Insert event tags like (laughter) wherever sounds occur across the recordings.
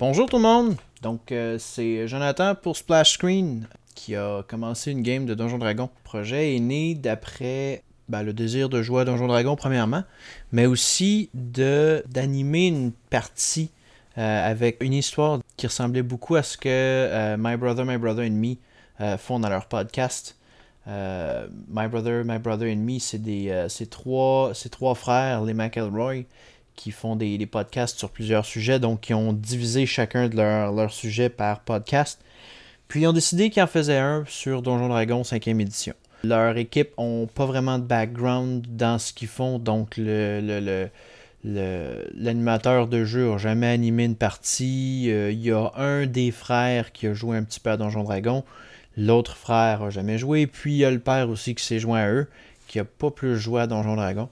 Bonjour tout le monde! Donc, euh, c'est Jonathan pour Splash Screen qui a commencé une game de Donjon Dragon. Le projet est né d'après ben, le désir de jouer à Donjon Dragon, premièrement, mais aussi de d'animer une partie euh, avec une histoire qui ressemblait beaucoup à ce que euh, My Brother, My Brother and Me euh, font dans leur podcast. Euh, My Brother, My Brother and Me, c'est des euh, c'est trois, c'est trois frères, les McElroy, qui font des, des podcasts sur plusieurs sujets, donc qui ont divisé chacun de leurs leurs sujets par podcast. Puis ils ont décidé qu'ils en faisaient un sur Donjon Dragon 5e édition. Leur équipe ont pas vraiment de background dans ce qu'ils font, donc le, le- le- le- l'animateur de jeu n'a jamais animé une partie. Euh, Il y a un des frères qui a joué un petit peu à Donjon Dragon, l'autre frère n'a jamais joué, puis il y a le père aussi qui s'est joint à eux, qui n'a pas plus joué à Donjon Dragon.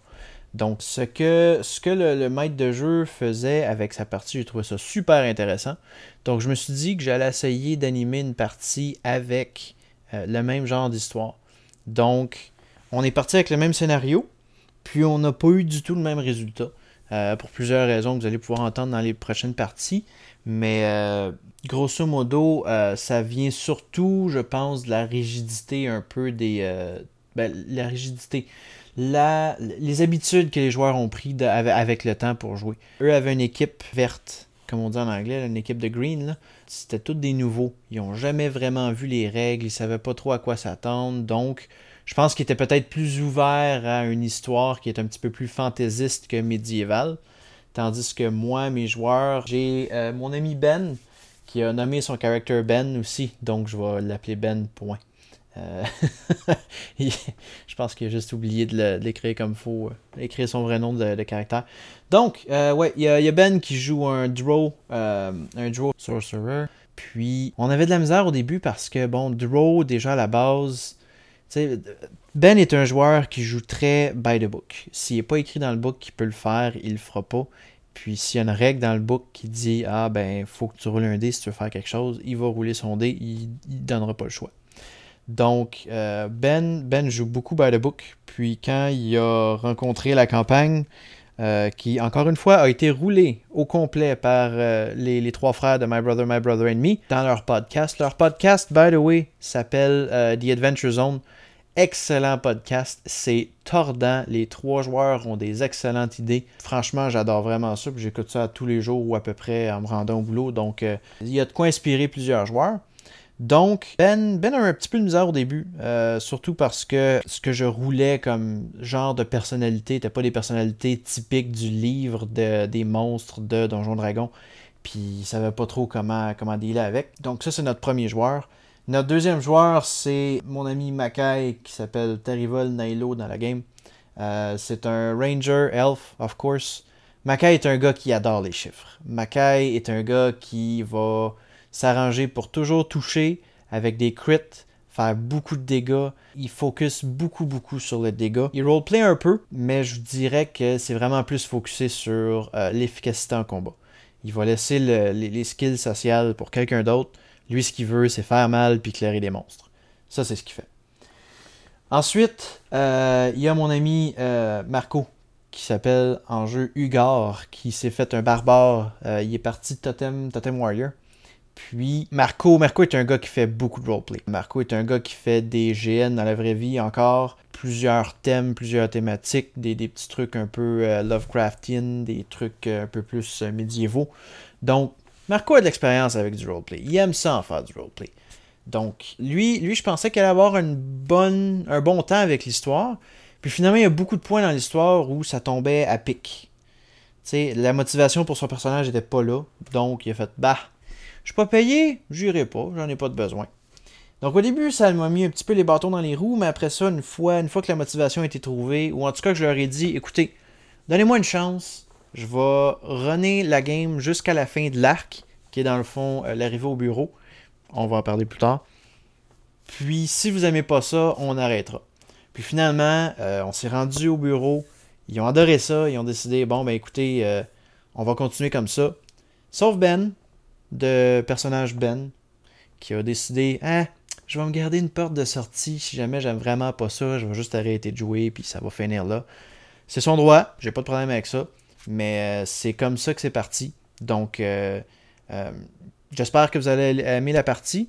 Donc ce que, ce que le, le maître de jeu faisait avec sa partie, j'ai trouvé ça super intéressant. Donc je me suis dit que j'allais essayer d'animer une partie avec euh, le même genre d'histoire. Donc, on est parti avec le même scénario, puis on n'a pas eu du tout le même résultat. euh, pour plusieurs raisons que vous allez pouvoir entendre dans les prochaines parties. Mais euh, grosso modo, euh, ça vient surtout, je pense, de la rigidité un peu des. euh, ben, la rigidité. La, les habitudes que les joueurs ont pris de- ave- avec le temps pour jouer. Eux avaient une équipe verte, comme on dit en anglais, là, une équipe de green. là c'était tous des nouveaux. Ils n'ont jamais vraiment vu les règles, ils savaient pas trop à quoi s'attendre. Donc, je pense qu'ils étaient peut-être plus ouverts à une histoire qui est un petit peu plus fantaisiste que médiévale. Tandis que moi, mes joueurs, j'ai euh, mon ami Ben qui a nommé son character Ben aussi. Donc, je vais l'appeler Ben. Point. Euh, (laughs) il- je pense qu'il a juste oublié de le- de l'écrire comme faut, euh, écrire son vrai nom de, de caractère. Donc, euh, ouais, il y, a il y a Ben qui joue un draw, euh, un draw sorcerer. Puis, on avait de la misère au début parce que, bon, Draw, déjà à la base, tu sais, Ben est un joueur qui joue très by the book. S'il n'est pas écrit dans le book qu'il peut le faire, il le fera pas. Puis, s'il y a une règle dans le book qui dit Ah, ben, faut que tu roules un dé si tu veux faire quelque chose, il va rouler son dé, il, il donnera pas le choix. Donc, euh, Ben, Ben joue beaucoup by the book. Puis, quand il a rencontré la campagne, euh, qui, encore une fois, a été roulé au complet par euh, les, les trois frères de My Brother, My Brother and Me dans leur podcast. Leur podcast, by the way, s'appelle euh, The Adventure Zone. Excellent podcast, c'est tordant. Les trois joueurs ont des excellentes idées. Franchement, j'adore vraiment ça. puis J'écoute ça tous les jours ou à peu près en me rendant au boulot. Donc, euh, il y a de quoi inspirer plusieurs joueurs. Donc, Ben, ben a un petit peu de misère au début, euh, surtout parce que ce que je roulais comme genre de personnalité n'était pas des personnalités typiques du livre de- des monstres de Donjon Dragon, puis il savait pas trop comment, comment dealer avec. Donc ça, c'est notre premier joueur. Notre deuxième joueur, c'est mon ami Makai, qui s'appelle Terrivol Nailo dans la game. Euh, c'est un ranger, elf, of course. Makai est un gars qui adore les chiffres. Makai est un gars qui va s'arranger pour toujours toucher avec des crits, faire beaucoup de dégâts. Il focus beaucoup, beaucoup sur le dégât. Il roleplay un peu, mais je vous dirais que c'est vraiment plus focusé sur euh, l'efficacité en combat. Il va laisser le- les, les skills sociales pour quelqu'un d'autre. Lui, ce qu'il veut, c'est faire mal puis éclairer des monstres. Ça, c'est ce qu'il fait. Ensuite, euh, il y a mon ami euh, Marco, qui s'appelle en jeu Ugar, qui s'est fait un barbare. Euh, il est parti de Totem, Totem Warrior. Puis Marco, Marco est un gars qui fait beaucoup de roleplay. Marco est un gars qui fait des GN dans la vraie vie encore, plusieurs thèmes, plusieurs thématiques, des, des petits trucs un peu euh, Lovecraftian, des trucs euh, un peu plus euh, médiévaux. Donc Marco a de l'expérience avec du roleplay. Il aime ça en faire du roleplay. Donc lui, lui je pensais qu'elle allait avoir une bonne, un bon temps avec l'histoire. Puis finalement, il y a beaucoup de points dans l'histoire où ça tombait à pic. Tu sais, la motivation pour son personnage n'était pas là. Donc il a fait bah. Je suis pas payé, j'irai pas, j'en ai pas de besoin. Donc au début, ça m'a mis un petit peu les bâtons dans les roues, mais après ça, une fois, une fois que la motivation a été trouvée, ou en tout cas que je leur ai dit, écoutez, donnez-moi une chance, je vais runner la game jusqu'à la fin de l'arc, qui est dans le fond euh, l'arrivée au bureau. On va en parler plus tard. Puis si vous aimez pas ça, on arrêtera. Puis finalement, euh, on s'est rendu au bureau, ils ont adoré ça, ils ont décidé, bon ben écoutez, euh, on va continuer comme ça. Sauf Ben, de personnage Ben qui a décidé Ah, je vais me garder une porte de sortie si jamais j'aime vraiment pas ça, je vais juste arrêter de jouer puis ça va finir là. C'est son droit, j'ai pas de problème avec ça, mais euh, c'est comme ça que c'est parti. Donc euh, Euh, J'espère que vous allez aimer la partie.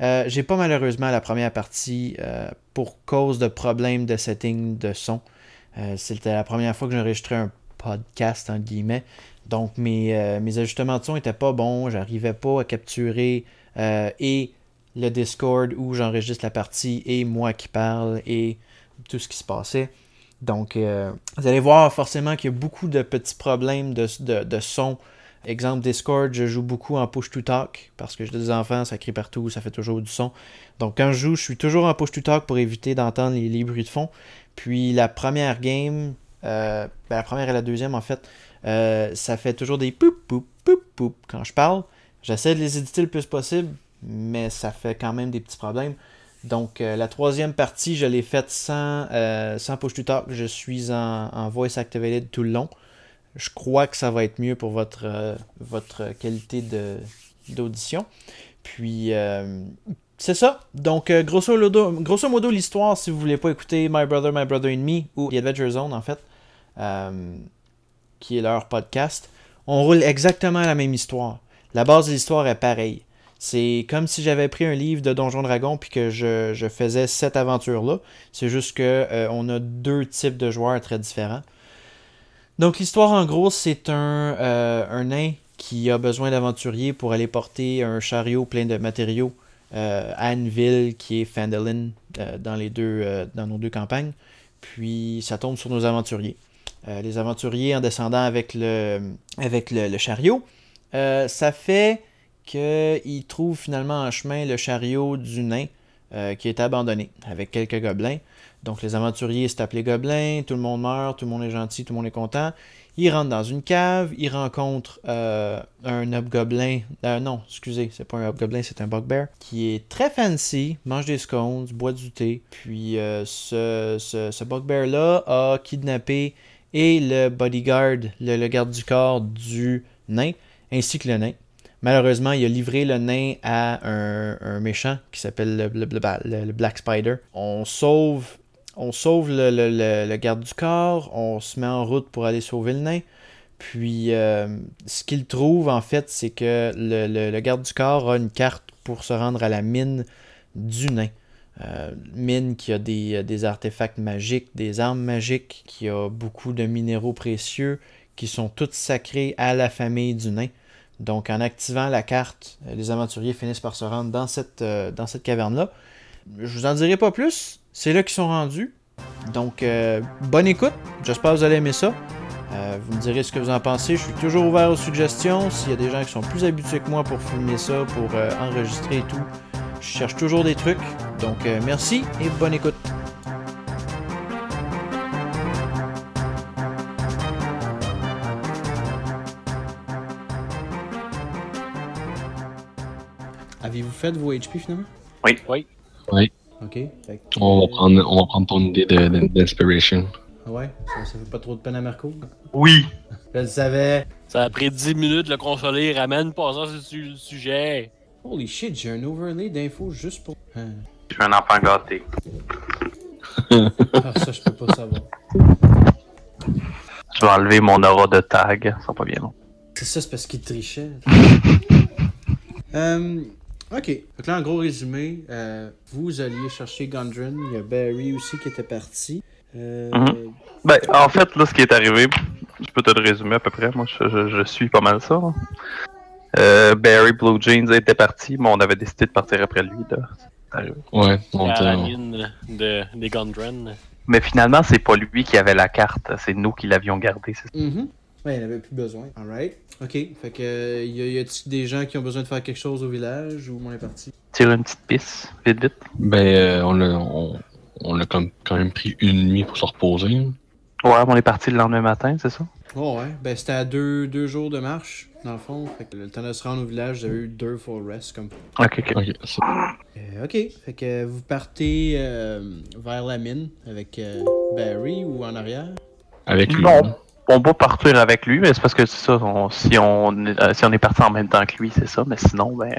Euh, J'ai pas malheureusement la première partie euh, pour cause de problèmes de setting de son. Euh, C'était la première fois que j'enregistrais un podcast, entre guillemets. Donc mes, euh, mes ajustements de son n'étaient pas bons. J'arrivais pas à capturer euh, et le Discord où j'enregistre la partie et moi qui parle et tout ce qui se passait. Donc, euh, vous allez voir forcément qu'il y a beaucoup de petits problèmes de, de, de son. Exemple Discord, je joue beaucoup en push to talk parce que j'ai des enfants, ça crie partout, ça fait toujours du son. Donc quand je joue, je suis toujours en push to talk pour éviter d'entendre les, les bruits de fond. Puis la première game, euh, ben, la première et la deuxième en fait, euh, ça fait toujours des poup poup poup poup quand je parle. J'essaie de les éditer le plus possible, mais ça fait quand même des petits problèmes. Donc, euh, la troisième partie, je l'ai faite sans, euh, sans push to talk. Je suis en, en voice activated tout le long. Je crois que ça va être mieux pour votre, euh, votre qualité de, d'audition. Puis, euh, c'est ça. Donc, euh, grosso, modo, grosso modo, l'histoire, si vous voulez pas écouter My Brother, My Brother and Me ou The Adventure Zone, en fait, euh, qui est leur podcast, on roule exactement la même histoire. La base de l'histoire est pareille. C'est comme si j'avais pris un livre de Donjon Dragon puis que je, je faisais cette aventure-là. C'est juste que euh, on a deux types de joueurs très différents. Donc l'histoire en gros, c'est un, euh, un nain qui a besoin d'aventuriers pour aller porter un chariot plein de matériaux euh, à une ville qui est Fandolin euh, dans les deux euh, dans nos deux campagnes. Puis ça tombe sur nos aventuriers. Euh, les aventuriers en descendant avec le avec le, le chariot, euh, ça fait qu'ils trouvent finalement en chemin le chariot du nain euh, qui est abandonné avec quelques gobelins. Donc les aventuriers se tapent les gobelins, tout le monde meurt, tout le monde est gentil, tout le monde est content. Ils rentrent dans une cave, ils rencontrent euh, un hobgoblin. euh, non, excusez, c'est pas un hobgoblin, c'est un bugbear. Qui est très fancy, mange des scones, boit du thé. Puis euh, ce, ce, ce bugbear-là a kidnappé et le bodyguard, le, le garde du corps du nain, ainsi que le nain. Malheureusement, il a livré le nain à un, un méchant qui s'appelle le, le- le- le Black Spider. On sauve on sauve le, le- le- le garde du corps, on se met en route pour aller sauver le nain. Puis, euh, ce qu'il trouve, en fait, c'est que le, le- le garde du corps a une carte pour se rendre à la mine du nain. Euh, mine qui a des, euh, des artefacts magiques, des armes magiques, qui a beaucoup de minéraux précieux qui sont toutes sacrés à la famille du nain. Donc, en activant la carte, euh, les aventuriers finissent par se rendre dans cette, euh, dans cette caverne-là. Je vous en dirai pas plus. C'est là qu'ils sont rendus. Donc, euh, bonne écoute. J'espère que vous allez aimer ça. Euh, vous me direz ce que vous en pensez. Je suis toujours ouvert aux suggestions. S'il y a des gens qui sont plus habitués que moi pour filmer ça, pour euh, enregistrer et tout, je cherche toujours des trucs. Donc, euh, merci et bonne écoute. Avez-vous fait vos HP finalement? Ok. Fait que- On va prendre, on va prendre ton idée de- de- d'inspiration. Ah Ouais, ça, ça fait pas trop de peine à Marco. Oui. Je le savais. Ça a pris 10 minutes de le consoler, ramène passant sur le su- sujet. Holy shit, j'ai un overlay d'infos juste pour. Hein. Je suis un enfant gâté. Ah, ça, je peux pas savoir. Je vais enlever mon aura de tag. Ça va pas bien long. C'est ça, c'est parce qu'il (laughs) trichait. Euh, ok. Donc là, en gros résumé, euh, vous alliez chercher Gundren. Il y a Barry aussi qui était parti. Euh, Mhm. Ben, en fait, là, ce qui est arrivé, je peux te le résumer à peu près. Moi, je, je- je suis pas mal ça. là. Euh, Barry Blue Jeans était parti, mais on avait décidé de partir après lui. Là. C'est arrivé. Ouais, on à la te- mine de, des Gundren. Mais finalement, c'est pas lui qui avait la carte. C'est nous qui l'avions gardée. c'est- mhm. Ouais, il en avait plus besoin. Alright. Ok. Fait que, euh, y a, y a-t-il des gens qui ont besoin de faire quelque chose au village ou on est parti? Tire une petite pisse, vite, vite. Ben, euh, on l'a on, on a comme, quand même pris une nuit pour se reposer. Ouais, on est parti le lendemain matin, c'est ça? Oh ouais, ben c'était à deux, deux jours de marche, dans le fond. Fait que le temps de se rendre au village, j'avais eu deux full rest comme Ok, ok. Ok, ça- Euh, ok, fait que vous partez euh, vers la mine avec euh, Barry ou en arrière. Avec lui. Non. hein. On va partir avec lui, mais c'est parce que c'est ça. on- si, on, est- euh, si on est parti en même temps que lui, c'est ça. Mais sinon, ben.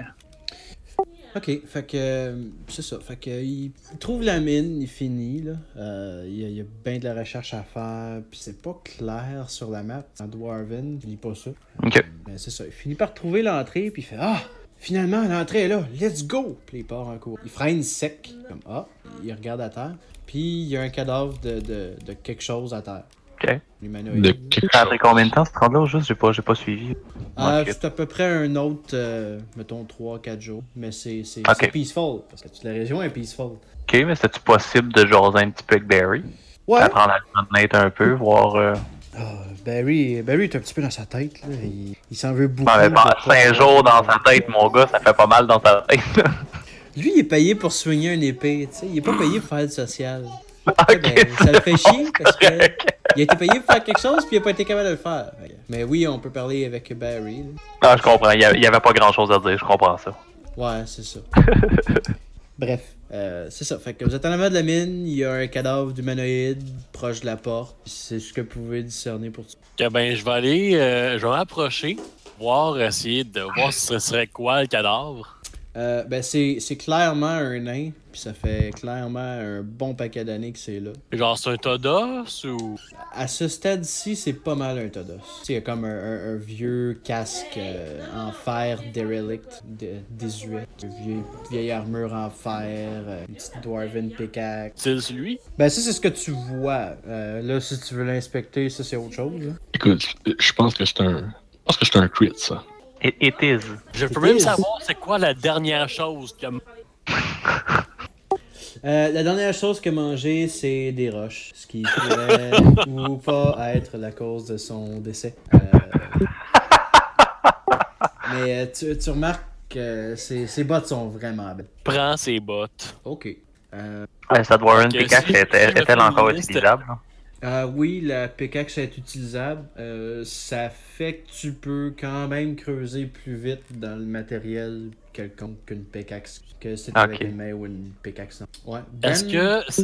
Ok, fait que euh, c'est ça. Fait que euh, il il trouve la mine, il finit là. Euh, il y a, il y a bien de la recherche à faire, puis c'est pas clair sur la map. En Dwarven, je lis pas ça. Ok. Mais Ben, c'est ça. Il finit par trouver l'entrée, puis il fait Ah! Finalement, l'entrée est là, let's go! Puis il part en cours. Il freine sec, comme Ah! Il regarde à terre, puis il y a un cadavre de, de, de quelque chose à terre. Ok. L'humanoïde. De quelque Après chose. combien de temps, ce trente-là, juste, j'ai pas, j'ai pas suivi. Ah, Ok. c'est à peu près un autre, euh, mettons, 3-4 jours. Mais c'est c'est- Ok. c'est peaceful, parce que toute la région est peaceful. Ok, mais c'était-tu possible de jaser un petit peu avec Barry? Ouais! Apprendre à le connaître un peu, voir... Euh... Ah, Barry, Barry est un petit peu dans sa tête, là. Il, il s'en veut beaucoup. Non, mais pas- de pas- cinq jours dans sa tête, mon gars, ça fait pas mal dans sa tête. Lui, il est payé pour soigner un épée, tu sais. Il est pas payé pour faire du social. ok, Ouais, ben, ça le fait chier parce que il a été payé pour faire quelque chose puis il a pas été capable de le faire. Fait que- Mais oui, on peut parler avec Barry. là. (laughs) Non, je comprends, il y a- il y avait pas grand-chose à dire, je comprends ça. Ouais, c'est ça. Bref, euh, c'est ça. Fait que vous êtes en avant de la mine, il y a un cadavre d'humanoïde proche de la porte. C'est ce que vous pouvez discerner pour Que ben, je vais aller, euh, je vais m'approcher, voir, essayer de voir ce serait quoi le cadavre. Euh, ben c'est c'est clairement un nain, puis ça fait clairement un bon paquet d'années que c'est là. Genre, c'est un Todos ou. À ce stade-ci, c'est pas mal un Todos. Tu sais, Il y a comme un, un- un vieux casque euh, en fer derelict, de, désuet. Une vieille, vieille armure en fer, euh, une petite dwarven pickaxe. C'est celui? Ben ça, c'est ce que tu vois. Euh, là, si tu veux l'inspecter, ça, c'est autre chose. là. Écoute, je pense que c'est un. Je pense que c'est un crit, ça. It, it is. Je peux It même is. savoir c'est quoi la dernière chose que. Euh, la dernière chose que manger, c'est des roches, ce qui pourrait ou pas être la cause de son décès. Euh, Mais euh, tu, tu remarques que ses, ses bottes sont vraiment belles. Prends ses bottes. Ok. Euh, Ouais, cette Warren Ok, Pickaxe si- si était- je est-elle fais encore une liste- utilisable? euh, oui, la pickaxe est utilisable. Euh, ça fait que tu peux quand même creuser plus vite dans le matériel quelconque qu'une pickaxe, que c'est avec Ok. une main ou une pickaxe. Ouais. Est-ce Ben- que.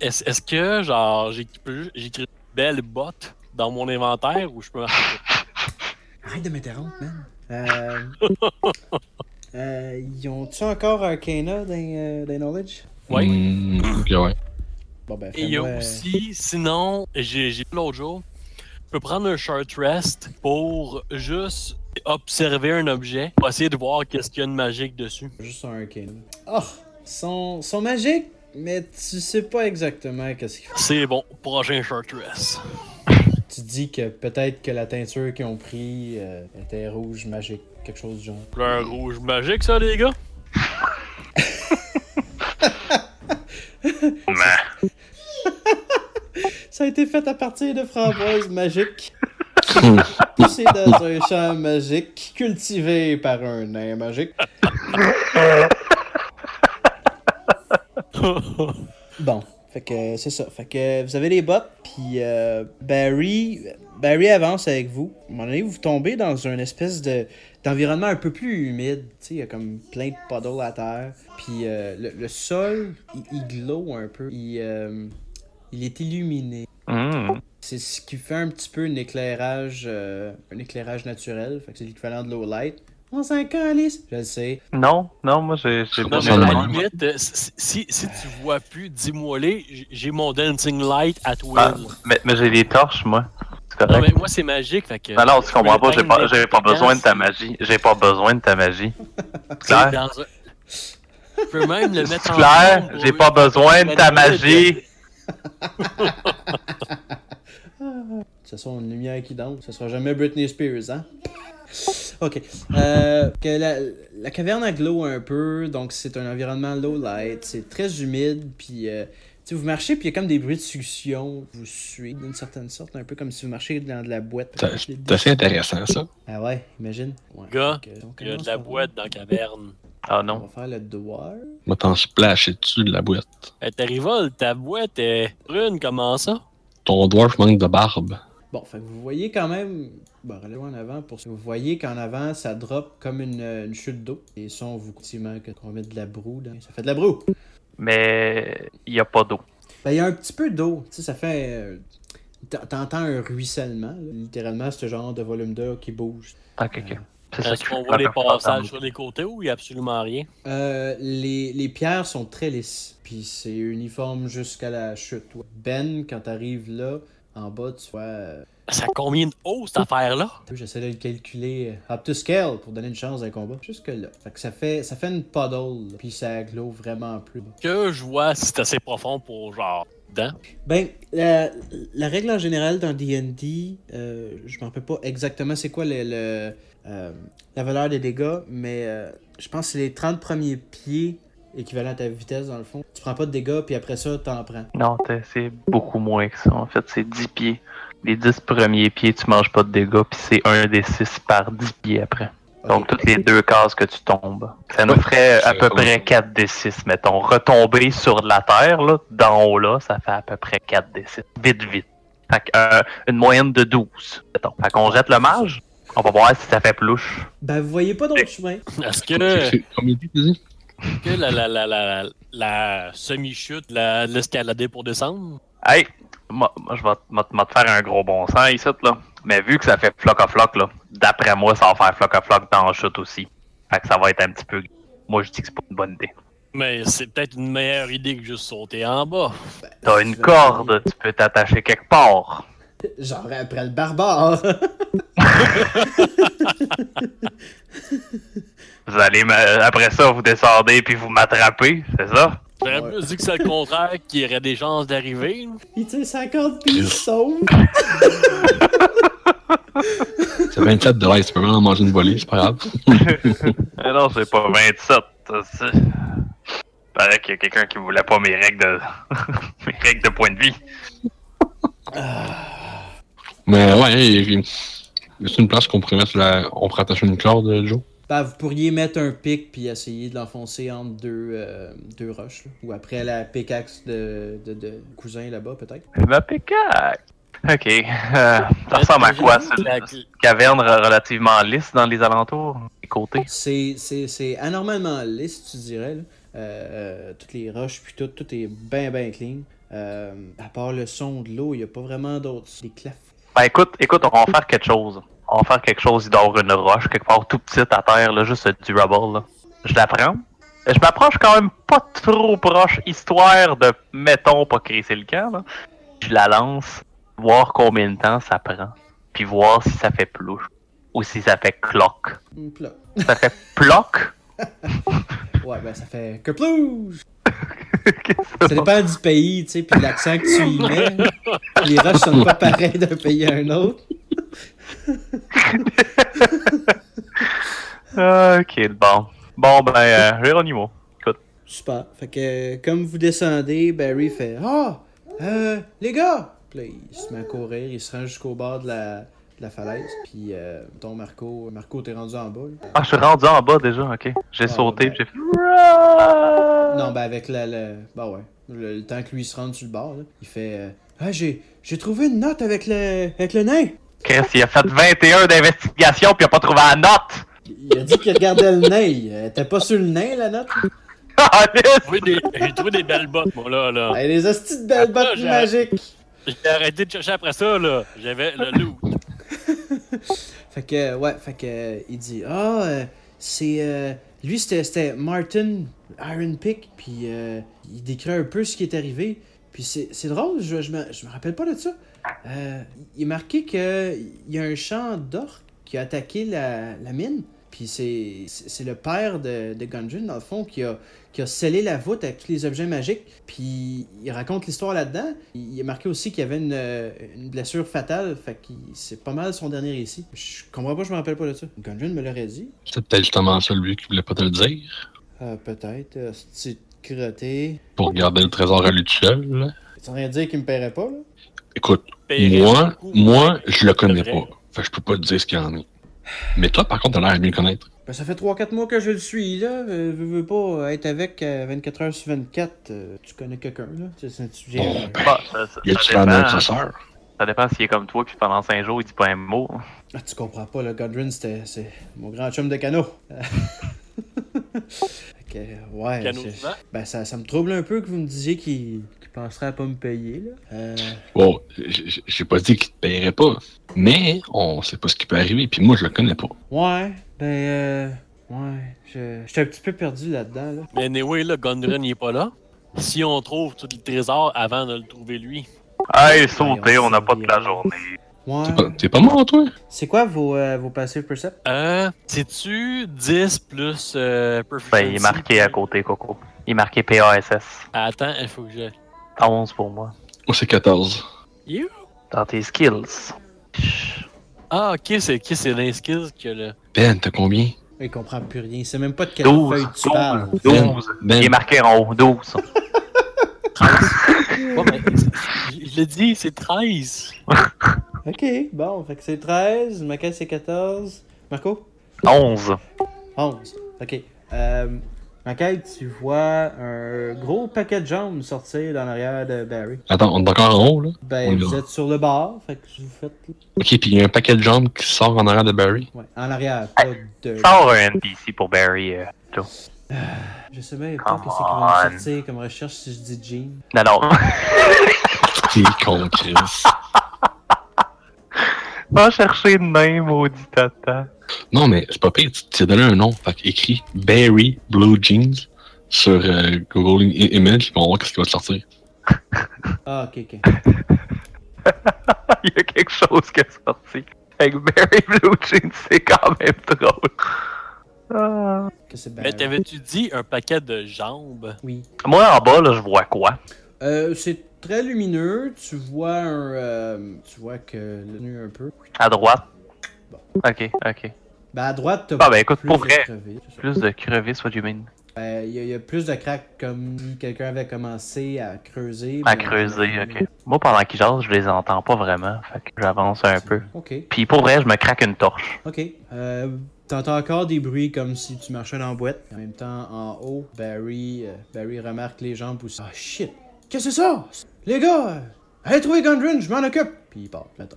Est-ce est-ce que, genre, j'écris j'écris belle botte dans mon inventaire ou je peux. Arrête de m'interrompre, man. Euh... euh, ils ont-tu encore Arcana dans, euh, dans Knowledge? Ouais. Hmm, ok, ouais. Bon, ben, Et il y a fais-moi, euh, aussi, sinon, j'ai j'ai vu l'autre jour, je peux prendre un short rest pour juste observer un objet, pour essayer de voir qu'est-ce qu'il y a de magique dessus. Juste un Arcana. Oh! Sont, sont magiques, mais tu sais pas exactement qu'est-ce qu'ils font. C'est bon, prochain short rest. Tu dis que peut-être que la teinture qu'ils ont pris euh, était rouge magique, quelque chose du genre. Plein rouge magique, ça, les gars? (laughs) Ça a été fait à partir de framboises magiques. poussées dans un champ magique, cultivé par un nain magique. Bon, fait que c'est ça. Fait que vous avez les bottes, puis euh, Barry, Barry avance avec vous. À un moment donné, vous tombez dans une espèce de d'environnement un peu plus humide. Tu sais, il y a comme plein de puddles à terre. Puis euh, le, le sol, il, il glow un peu. Il, euh, il est illuminé. Hmm. C'est ce qui fait un petit peu un éclairage, euh, un éclairage naturel. Fait que c'est l'équivalent de l'eau light. On s'en calisse. Je le sais. Non, non, moi j'ai j'ai Non, pas Non, mais ça à demande. la limite, euh, si, si, si tu vois plus, dis-moi les, j- j'ai mon dancing light à will. Ah, mais, mais j'ai des torches, moi. C'est non, correct. mais moi, c'est magique, fait que... Non, non, tu comprends pas, j'ai pas, Éteindre j'ai pas les besoin de ta magie. J'ai pas besoin de ta magie. C'est Tu sais, clair? dans un- Je peux même le mettre C'est en... clair? ombre, J'ai oui. pas besoin de ta magie. Ce sont une lumière qui danse. Ce sera jamais Britney Spears, hein? Ok. Euh, que la, la caverne a glow un peu, donc c'est un environnement low light. C'est très humide, puis euh, tu sais, vous marchez, puis il y a comme des bruits de succion. Vous suivez d'une certaine sorte, un peu comme si vous marchiez dans de la boîte. C'est- C'est assez intéressant, ça. Ah ouais, imagine. Ouais, Gars, donc, euh, on Il y a commence de la par- boîte dans la caverne. Ah On non. va faire le dwarf. Moi, t'en splashes dessus de la boîte. Hey, ta rivale, Eh, ta boîte est brune, comment ça? Ton dwarf manque de barbe. Bon, fait que vous voyez quand même. Bon, allez loin en avant pour Vous voyez qu'en avant, ça drop comme une, euh, une chute d'eau. Et ça, on vous effectivement que- qu'on met de la broue. là. Ça fait de la broue. Mais il y a pas d'eau. Ben, il y a un petit peu d'eau. Tu sais, ça fait. euh, t'a- T'entends un ruissellement, là. littéralement, ce genre de volume d'eau qui bouge. Ok, ok. C'est (laughs) ça Est-ce qui fait qu'on voit la les performance. passages sur les côtés ou il n'y a absolument rien? Euh, les, les pierres sont très lisses, puis c'est uniforme jusqu'à la chute. ouais. Ben, quand t'arrives là, en bas, tu vois. euh, Ça a combien de haut cette affaire-là? J'essaie de le calculer euh, up to scale pour donner une chance d'un combat. Jusque là. Fait que ça fait, ça fait une puddle, puis ça glow vraiment plus bas. Que je vois si c'est assez profond pour genre dedans. Ben, la, la règle en général dans D&D, euh, je m'en rappelle pas exactement c'est quoi le, le, euh, la valeur des dégâts, mais euh, je pense que c'est les 30 premiers pieds équivalent à ta vitesse dans le fond. Tu prends pas de dégâts, puis après ça, t'en prends. Non, t'es- c'est beaucoup moins que ça. En fait, c'est 10 pieds. Les 10 premiers pieds, tu manges pas de dégâts, puis c'est un des 6 par 10 pieds après. Donc, Ok. toutes les deux cases que tu tombes. Ça nous Ouais, ferait à je peu savais pas près ça. 4 des 6, mettons. Retomber sur la terre, là, d'en haut, là, ça fait à peu près 4 des 6. Vite, vite. Fait que, euh, une moyenne de 12, mettons. Fait qu'on jette le mage. On va voir si ça fait plouche. Ben, vous voyez pas d'autre chemin. Est-ce (laughs) C'est- que, c'est- Combien de pieds, tu dis? que la, la, la, la, la, la semi-chute, la- l'escalader pour descendre? Hey, moi, moi, je vais te- moi, te- moi te faire un gros bon sens ici, là. Mais vu que ça fait floc à floc, là, d'après moi, ça va faire floc à floc dans la chute aussi. Fait que ça va être un petit peu. Moi, je dis que c'est pas une bonne idée. Mais c'est peut-être une meilleure idée que juste sauter en bas. T'as une corde, tu peux t'attacher quelque part. Genre après le barbare. Vous allez me- après ça, vous descendez puis vous m'attrapez, c'est ça? J'aurais Ouais. plus dit que c'est le contraire, qu'il y aurait des chances d'arriver. il tire sa corde, puis il se sauve. C'est 27 dollars, tu peux vraiment manger une volée, c'est pas grave. Mais Eh non, c'est pas 27. ça, c'est- Paraît qu'il y a quelqu'un qui voulait pas mes règles de. (laughs) mes règles de point de vie. Mais ouais, il- il- c'est une place qu'on pourrait mettre la... On pourrait attacher une corde, Joe. Ben, vous pourriez mettre un pic, puis essayer de l'enfoncer entre deux, euh, deux roches. là. Ou après la pickaxe de, de, de cousin là-bas, peut-être. Ma pécaque! Ok. euh, ça ressemble à quoi, ça? La- caverne re- relativement lisse dans les alentours, les côtés. C'est- C'est c'est anormalement lisse, tu dirais. là. Euh, euh, toutes les roches, puis tout, tout est bien, bien clean. Euh, à part le son de l'eau, il n'y a pas vraiment d'autres. Des clafs. Ben écoute, écoute, on va en faire quelque chose. On va faire quelque chose, il dort une roche, quelque part tout petite à terre, là, juste du rubble. Là. Je la prends. Je m'approche quand même pas trop proche, histoire de, mettons, pas crisser le camp. Là. Je la lance, voir combien de temps ça prend, puis voir si ça fait plouche ou si ça fait cloque. Hum, ploc. Ça (laughs) fait ploc? Ouais, ben ça fait que plouge! Qu'est-ce que Ça c'est? dépend du pays, tu sais, puis l'accent que tu y mets. Les roches sont pas pareilles d'un pays à un autre. Ok, bon. Bon, ben, euh, Géronimo. Super. Fait que euh, comme vous descendez, Barry fait Ah! euh, les gars! Puis là, il se met à courir, il se rend jusqu'au bord de la, de la falaise. Puis euh, ton Marco, Marco, t'es rendu en bas. là. Ah, je suis rendu en bas déjà, ok. J'ai Ah, sauté, ben. puis j'ai fait. Non, ben avec la. la- ben ouais. Le, le temps que lui se rende sur le bord, là, il fait euh, Ah, j'ai, j'ai trouvé une note avec le, avec le nain! Chris, il a fait 21 d'investigation, puis il a pas trouvé la note. (laughs) Il a dit qu'il regardait le nain. Il euh, était pas sur le nain, la note? Ah, J'ai trouvé des- j'ai trouvé des belles bottes, moi, là. là. Hey, les hosties de belles Ah. Attends, bottes j'ai- magiques! J'ai arrêté de chercher après ça, là. J'avais le loup. Fait que, ouais, fait que, euh, il dit, ah, euh, c'est, euh, lui, c'était- c'était Martin Iron Pick, puis euh, il décrit un peu ce qui est arrivé. Puis c'est c'est drôle, je, je, me, je me rappelle pas de ça. Euh, il est marqué qu'il y a un champ d'or qui a attaqué la, la mine. Puis c'est c'est- c'est le père de, de Gungeon, dans le fond, qui a, qui a scellé la voûte avec tous les objets magiques. Puis il raconte l'histoire là-dedans. Il il est marqué aussi qu'il y avait une, euh, une blessure fatale. Fait que c'est pas mal son dernier récit. Je comprends pas, je me rappelle pas de ça. Gungeon me l'aurait dit. C'est peut-être justement ça, lui, qui voulait pas te le dire. Euh, Peut-être. euh, c'est crotté. Pour garder le trésor à lui tout seul. là. Tu rien dire qu'il me paierait pas, là? Écoute, euh, Payerait moi, beaucoup. moi, je le connais C'est vrai. pas. Fait que je peux pas te dire ce qu'il en est. Mais toi, par contre, t'as l'air de mieux le connaître. Ben, ça fait 3-4 mois que je le suis, là. Euh, veux, veux pas être avec euh, 24 heures sur 24. euh, tu connais quelqu'un, là? Tu sais, tu gères, Bon, euh, ben, ça, ça- y a-tu ça vraiment un dépend. chasseur? Ça dépend s'il est comme toi, puis pendant 5 jours, il dit pas un mot. Ah, tu comprends pas, le Godwin, c'était c'est mon grand chum de canot. Fait que, ouais, Canot c'est- vivant? ben, ça, ça me trouble un peu que vous me disiez qu'il qu'il penserait à pas me payer. Là. Euh, Bon, j- j- j'ai pas dit qu'il te paierait pas. Mais on sait pas ce qui peut arriver, puis moi, je le connais pas. ouais, Ben, euh, ouais, je j'étais un petit peu perdu là-dedans, là. Mais anyway, là, Gundren il est pas là. Si on trouve tout le trésor avant de le trouver lui, Hey, sauté, on n'a pas de la journée. T'es pas, Ouais. t'es pas mort, toi? C'est quoi vos, euh, vos passive percept? euh, c'est-tu 10 plus euh, Ben, proficiency? il est marqué à côté, Coco. Il est marqué PASS. Attends, il faut que je. 11 pour moi. Moi, c'est 14. You? Dans tes skills. Chut. Ah, ok, c'est ok, c'est les skills que le. Ben, t'as combien? Il comprend plus rien. Il sait même pas de quelle 12. feuille tu parles. 12. 12. Ben, Il est marqué en haut. 12. Ouais, ben, c'est- je je l'ai dit, c'est 13. Ok, bon, fait que c'est 13, Maca c'est 14. Marco? 11. 11. Ok. Euh, Macaille, tu vois un gros paquet de jambes sortir dans l'arrière de Barry. Attends, on est encore en haut, là. Ben, On y vous va. êtes sur le bar, fait que vous faites. Ok, puis il y a un paquet de jambes qui sort en arrière de Barry. Ouais, en arrière, pas de. Sors un NPC pour Barry. euh, Joe. Je sais même pas Come qu'est-ce qui va on. me sortir comme recherche si je dis Jean. Non, non. (laughs) T'es con, Chris. Va chercher de même, maudit tata. Non, mais c'est pas pire. Tu tu t'es donné un nom. Fait écrit Barry Blue Jeans sur euh, Google I- Image. Puis on va voir qu'est-ce qui va te sortir. Ah, ok, ok. (laughs) Il y a quelque chose qui est sorti. Avec Barry Blue Jeans, c'est quand même drôle. Ah. Que c'est Mais Barry. t'avais-tu dit un paquet de jambes? Oui. Moi, en bas, là, je vois quoi? Euh, c'est très lumineux. Tu vois un. euh, tu vois que le nu un peu. À droite? Ok, ok. Ben, à droite, t'as. Ah, ben, écoute, plus pour de vrai. crevettes, c'est ça. Plus de crevisses, what you mean? Ben, il y, a- il y a plus de cracks comme si quelqu'un avait commencé à creuser. À mais- creuser, ok. Moi, pendant qu'ils jasent, je les entends pas vraiment. Fait que j'avance un peu. Ok, Puis pour vrai, je me craque une torche. ok. Euh, T'entends encore des bruits comme si tu marchais dans la boîte. En même temps, en haut, Barry, euh, Barry remarque les jambes poussées. Ah shit! Qu'est-ce que c'est ça? Les gars! euh, Allez trouver Gundren, je m'en occupe! Puis il part, maintenant.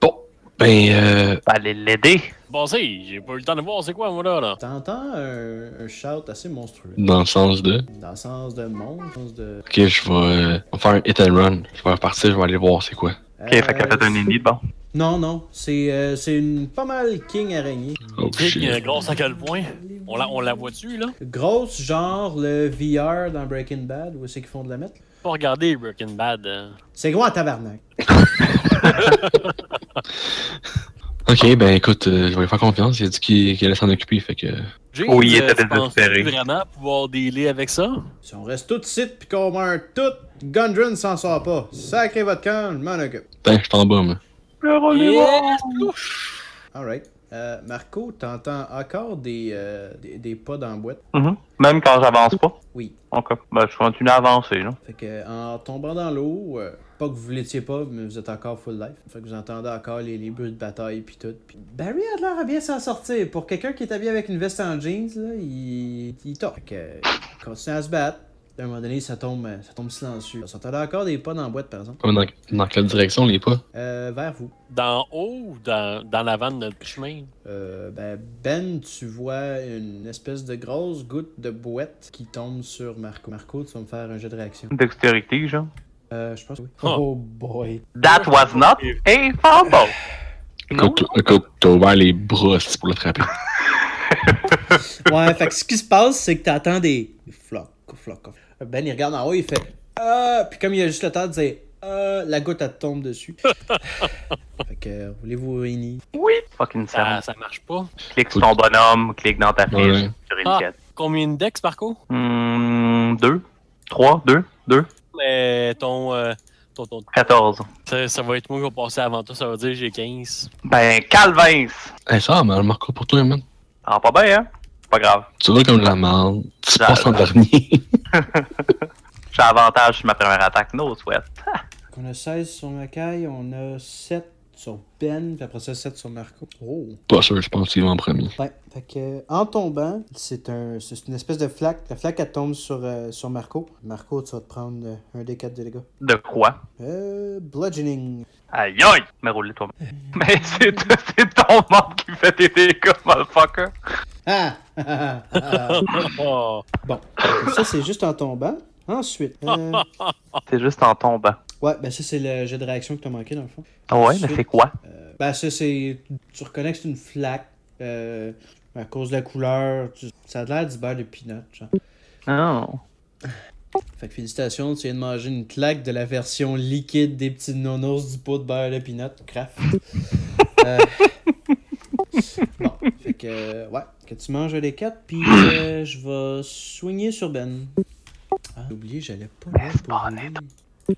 Bon, ben, euh, Allez l'aider. Bon, si, j'ai pas eu le temps de voir c'est quoi, moi là. là. T'entends un, un shout assez monstrueux. dans le sens de. Dans le sens de monde, dans le sens de. Ok, je vais euh, on va faire un hit and run. Je vais repartir, je vais aller voir c'est quoi. Ok, fait qu'elle fait un ennemi, bon. Euh, Non, non, c'est euh, c'est une pas mal king araignée. Oh Tu sais qu'il y a un shit. gros sac à le point. On la, on la voit-tu, là? Grosse, genre le VR dans Breaking Bad, où c'est qu'ils font de la mettre. Pas regarder Breaking Bad. hein. C'est gros en tabarnak. Ok, ben écoute, euh, je vais lui faire confiance. Il a dit qu'il qu'il allait s'en occuper. Fait que. James, Oui, il euh, était tu penses-tu désespéré. vraiment pouvoir dealer avec ça? Si on reste tout de suite pis qu'on meurt tout, Gundren s'en sort pas. Sacré votre camp, je m'en occupe. Putain, ben, je suis en bas, moi. Oh, Yes, plouf! Alright. Euh, Marco, t'entends encore des, euh, des, des pas dans la boîte? Mhm. Même quand j'avance pas. Oui. Ok, ben je continue à avancer, là. Fait que euh, en tombant dans l'eau, euh, pas que vous l'étiez pas, mais vous êtes encore full life. Fait que vous entendez encore les, les bruits de bataille puis tout. Puis Barry a l'air à bien s'en sortir. Pour quelqu'un qui est habillé avec une veste en jeans, là, il, il tord. Fait que, euh, il continue à se battre. À un moment donné, ça tombe, euh, ça tombe silencieux. Vous entendez encore des pas dans la boîte, par exemple. Dans, dans quelle direction, les pas? Euh, vers vous. Dans haut ou dans, dans l'avant de notre chemin? Euh, ben, ben, tu vois une espèce de grosse goutte de bouette qui tombe sur Marco. Marco, tu vas me faire un jeu de réaction. Dextérité, genre. Euh, je pense que oui. Huh. Oh boy. That was not a fumble! Non? Écoute, écoute, t'as ouvert les bras c'est pour l'attraper. (laughs) Ouais, fait que ce qui se passe, c'est que t'entends des des flocs, flocs. flocs. Ben, il regarde en haut, il fait Ah! Puis comme il a juste le temps de dire Ah, la goutte, elle tombe (laughs) dessus. fait que, euh, voulez-vous réunir? Oui! Fucking Ça, ça. ça marche pas. Clique sur ton bonhomme, clique dans ta fiche, Ouais. sur une Ah. quête. Combien de decks, Marco? Hmm, deux, trois, deux, deux, Mais ton, euh, ton, ton- 14. ça, ça va être moi qui va passer avant toi, ça va dire j'ai 15. Ben, Calvins! (laughs) hey, ça, man, Marco, pour toi, man. Ah, pas bien, hein? C'est Pas grave. Tu roules comme de la merde. Tu Ah, passes en dernier. (laughs) J'ai avantage sur ma première attaque, no sweat. (laughs) Donc, On a 16 sur Makai, on a 7 sur Ben, puis après ça, 7 sur Marco. Oh! pas sûr, je pense qu'il va en premier. Ouais, fait que, euh, en tombant, c'est un, c'est une espèce de flaque. La flaque, elle tombe sur, euh, sur Marco. Marco, tu vas te prendre euh, un des quatre de dégâts. De quoi? Euh, bludgeoning. Aïe aïe! Mais roulez toi Mais c'est c'est ton membre qui fait tes dégâts, motherfucker! Ah! (laughs) Ah, ah, ah. Oh. bon, Donc, ça, c'est juste en tombant. Ensuite, euh, C'est juste en tombant. ouais, ben ça, c'est le jet de réaction que t'as manqué, dans le fond. Ouais, mais c'est quoi? Euh, ben ça, c'est... Tu reconnais que c'est une flaque. Euh, À cause de la couleur, tu- ça a l'air du beurre de peanut, genre. Non. Fait que félicitations, tu viens de manger une claque de la version liquide des petits nonos du pot de beurre de peanut, craft. Euh, (laughs) Bon, fait que, euh, ouais, que tu manges les quatre, puis euh, je vais soigner sur Ben. Ah, j'ai oublié, j'allais pas là pour Laisse-moi lui.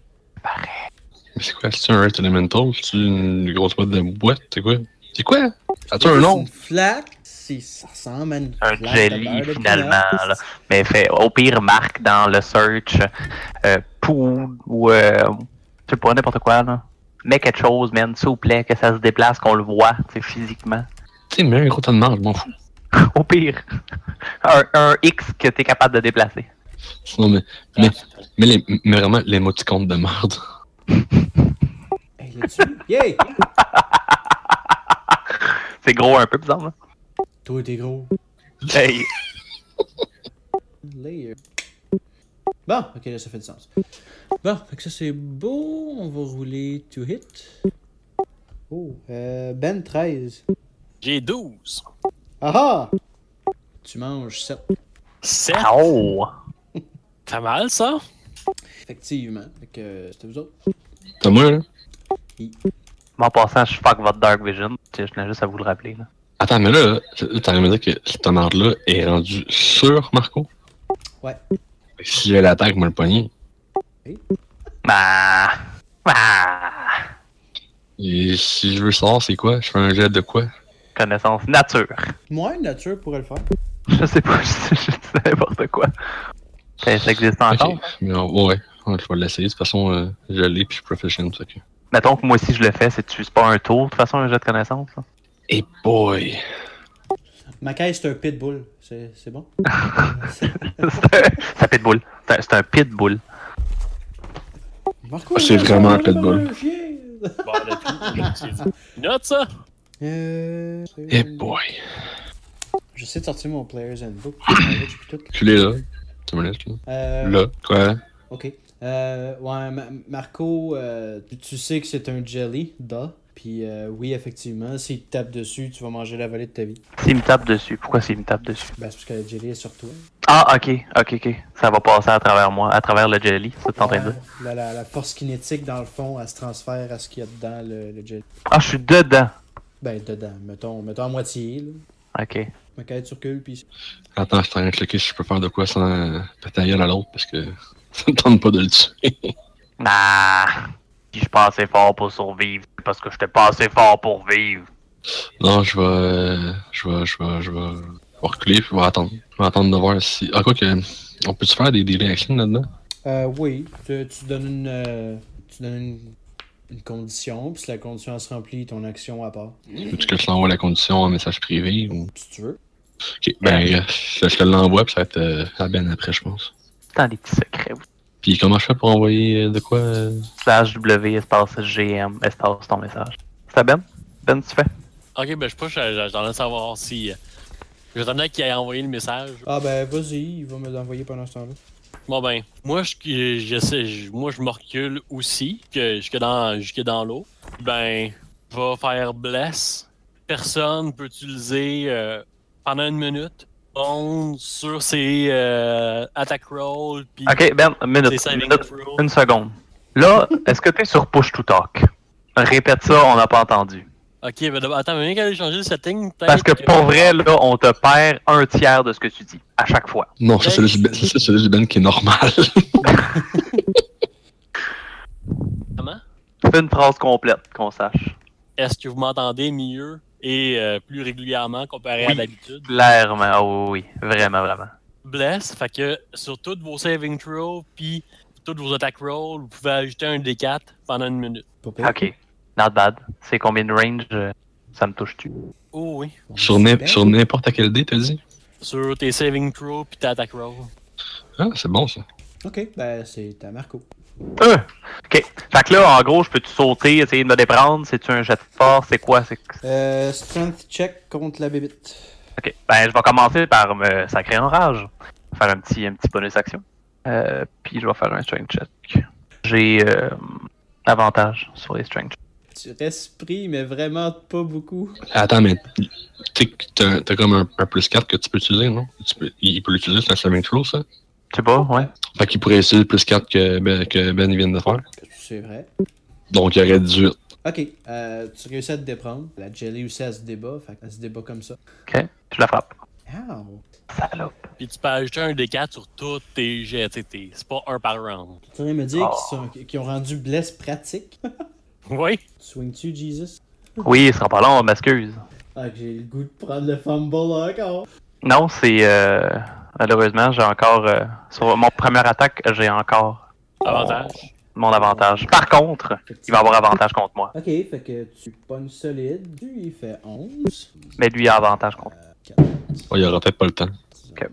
Mais c'est quoi? C'est un Earth Elemental? C'est une grosse boîte de boîte? C'est quoi? C'est quoi? As-tu un nom? Une flaque, c'est- ça ressemble à une Un flaque de beurre de jelly, peanut. finalement. là. Mais fait, au pire, marque dans le search euh, pool ou. Euh, je sais pas, n'importe quoi, là. Mets quelque chose, man, s'il vous plaît, que ça se déplace, qu'on le voit, tu sais, physiquement. (laughs) Tu sais, mais un gros tas de marge, je m'en fous. Au pire, un, un X que t'es capable de déplacer. Sinon, mais, mais, mais, les, mais vraiment, l'émoticône de merde. Hey, là-dessus, yay! C'est gros un peu, bizarre, là. Toi, t'es gros. Hey, (laughs) Layer. Bon, ok, là, ça fait du sens. Bon, fait que ça c'est beau. On va rouler to hit. Oh, euh, Ben 13. J'ai 12. Ah ah! Tu manges 7. 7. oh! T'as mal, ça? Effectivement. Fait que euh, c'était vous autres. T'as hein? moi, là? Bon, en passant, je fuck votre Dark Vision. Je tenais juste à vous le rappeler, là. Attends, mais là, là, t'as rien à me dire que cette merde-là est rendue sur Marco? Ouais. Si j'ai l'attaque, moi le poignet. Bah. Bah. Et si je veux savoir, c'est quoi? Je fais un jet de quoi? Connaissance nature. Moi, une nature pourrait le faire. Je sais pas, (laughs) je je dis n'importe quoi. Ça ça existe encore. Ok, mais on- ouais, ouais, je vais l'essayer. De toute façon, euh, je l'ai, puis je suis proficient. Fait que... Mettons que moi aussi je le fais, c'est tu- c'est pas un tour, de toute façon, un jeu de connaissance. là. (laughs) Hey boy! Ma caisse, c'est un pitbull. C'est c'est bon? C'est un- c'est un pitbull. C'est un- C'est un pitbull. Marco, Ah, c'est il a vraiment un mangé comme pitbull. un chien. Bon, depuis, Note, ça? Euh. Hey boy! J'essaie de sortir mon player's (coughs) handbook. Je suis tout. Je l'ai là. Tu me laisses là? Euh, Là, quoi? Ok. Euh, ouais, Ma- Marco, euh, tu- tu sais que c'est un jelly, da. Puis euh, oui, effectivement, s'il te tape dessus, tu vas manger la volée de ta vie. S'il me tape dessus, pourquoi s'il me tape dessus Ben, c'est parce que le jelly est sur toi. Ah, ok, ok, ok. Ça va passer à travers moi, à travers le jelly, c'est en train de Ouais, dire. la, la- la force kinétique, dans le fond, elle se transfère à ce qu'il y a dedans, le, le jelly. Ah, je suis dedans. Ben, dedans, mettons, mettons à moitié. Là. Ok. Ma quête sur cul, puis Attends, je suis en train de cliquer si je peux faire de quoi sans euh, péter la gueule à l'autre parce que (laughs) ça me tente pas de le tuer. (laughs) Ah. Si je pas assez fort pour survivre, c'est parce que j'étais pas assez fort pour vivre. Non, je vais. euh, Je vais. Je vais. Je vais. Je vais reculer puis je vais attendre. Je vais attendre de voir si. Ah, quoi que. On peut-tu faire des, des réactions là-dedans? Euh, oui, tu, tu donnes une. euh, tu donnes une, une condition, puis si la condition elle se remplit, ton action à part. Peux-tu que je l'envoie la condition en message privé ou. Si tu veux. Ok, ben, euh, je je te l'envoie puis ça va être euh, à Ben après, je pense. Tant des petits secrets. oui. Puis comment je fais pour envoyer euh, de quoi? euh? Slash W, espace GM, espace ton message. C'est Ben? Ben, tu fais? Ok, ben, je sais pas, j'ai j'en ai savoir si. euh, J'attendais qu'il ait envoyé le message. Ah, ben, vas-y, il va me l'envoyer pendant ce temps-là. Bon, ben, moi, je, j'essaie- je- moi, je me recule aussi, que, jusque dans, jusque dans l'eau. Ben, je vais faire bless. Personne peut utiliser euh, pendant une minute. On sur ses euh, attack roll, puis Ok, Ben, minute. ses saving minute. throw. Une seconde. Là, est-ce que t'es sur push to talk? Répète ça, on n'a pas entendu. Ok, ben d'abord, attends, mais qu'elle a changé le setting, peut-être. Parce que pour vrai, là, on te perd un tiers de ce que tu dis, à chaque fois. Non, ça c'est celui du Ben- ça, c'est celui du Ben qui est normal. (laughs) Comment? Fais une phrase complète, qu'on sache. Est-ce que vous m'entendez mieux et euh, plus régulièrement comparé à Oui. d'habitude? Clairement, ah oui, oui, vraiment, vraiment. Bless, fait que sur toutes vos saving throws, puis toutes vos attack rolls, vous pouvez ajouter un D4 pendant une minute. Pas pire. Ok, not bad. C'est combien de range? euh, Ça me touche-tu? Oh oui. Bon, sur c'est n'im- bien. sur n'importe quel dé, t'as dit? Sur tes saving throws puis ta attack roll. Ah, c'est bon ça. Ok. Ok, ben, c'est à Marco. Euh! Ok, fait que là, en gros, je peux-tu sauter, essayer de me déprendre? C'est-tu un jet de force? C'est quoi? C'est... Euh, strength check contre la bébite. Ok, ben je vais commencer par me sacrer en rage. Faire un petit, un petit bonus action. Euh, puis je vais faire un strength check. J'ai euh, avantage sur les strength checks. Tu respires, mais vraiment pas beaucoup. Attends, mais tu sais que t'as t'as comme un, un plus 4 que tu peux utiliser, non? Tu peux- il il peut l'utiliser, c'est un saving throw, ça. Je sais pas, ouais. Fait qu'il pourrait utiliser le plus 4 que Ben, que ben il vient de faire. C'est vrai. Donc, il aurait 18. Ok, euh, tu réussis à te déprendre. La jelly aussi, elle se débat. Fait qu'elle se débat comme ça. Ok, je la frappe. Ow. Salope. Puis tu peux ajouter un D4 sur tous tes jets. tu sais, t'es- C'est pas un par round. Tu viens de me dire Oh. qu'ils, sont- qu'ils ont rendu bless pratique. (laughs) Oui. Swing-tu, Jesus? Oui, ce sera pas long, on m'excuse. Ah, que j'ai le goût de prendre le fumble encore. Non, c'est. Euh, malheureusement, j'ai encore. euh, sur mon première attaque, j'ai encore Avantage. mon avantage. Par contre, il va avoir avantage contre moi. Ok, fait que tu pognes solide. Tu il fait 11. Mais lui, il a avantage contre moi. 4, Ouais, il aura peut-être pas le temps. Ben,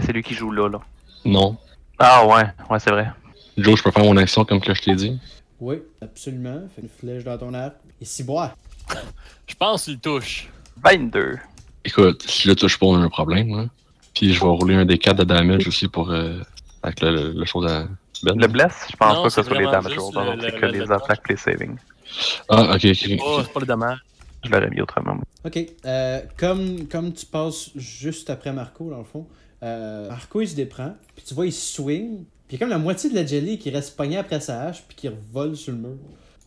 c'est lui qui joue là, là. Non. Ah, ouais, ouais, c'est vrai. Joe, je peux faire mon action comme que je t'ai dit. Oui, absolument. Fait une flèche dans ton arc. Et si boire. Je pense qu'il touche. 22. Écoute, si je le touche pas, on a un problème, là. Puis je vais rouler un D4 de damage aussi pour. Euh, avec le, le- le chose à Ben. Le bless, je pense Non, pas que ce c'est soit les vraiment damage juste rolls, le- hein, c'est le- que le- les le- attaques, les savings. Ah, ok, C'est ok. pas, Oh, c'est pas le dommage. Je l'aurais mis autrement. moi. Ok, euh, comme, comme tu passes juste après Marco, dans le fond, euh, Marco il se déprend, puis tu vois, il swing, puis il y a comme la moitié de la jelly qui reste pognée après sa hache, puis qui revole sur le mur.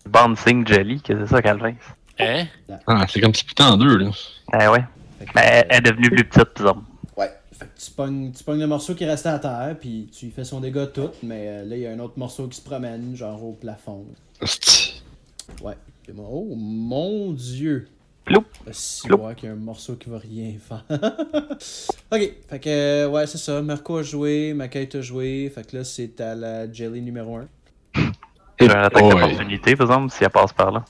Bouncing Jelly, que c'est ça, Calvin? Hein? Ah, c'est comme si putain en deux, là. Eh ouais. Fait que, Mais elle- euh, elle est devenue plus petite, disons. ouais, fait que tu pognes, tu pognes le morceau qui restait à terre, puis tu lui fais son dégât tout, mais euh, là, il y a un autre morceau qui se promène, genre au plafond. Hostie. Ouais. Puis moi, oh mon dieu! Ah, Ploup. Si Ploup. qu'il y a un morceau qui va rien faire. (laughs) ok, fait que, euh, ouais, c'est ça. Marco a joué, Makai a joué. Fait que là, c'est à la jelly numéro 1. J'ai une attaque Oh, ouais. d'opportunité, par exemple, si elle passe par là.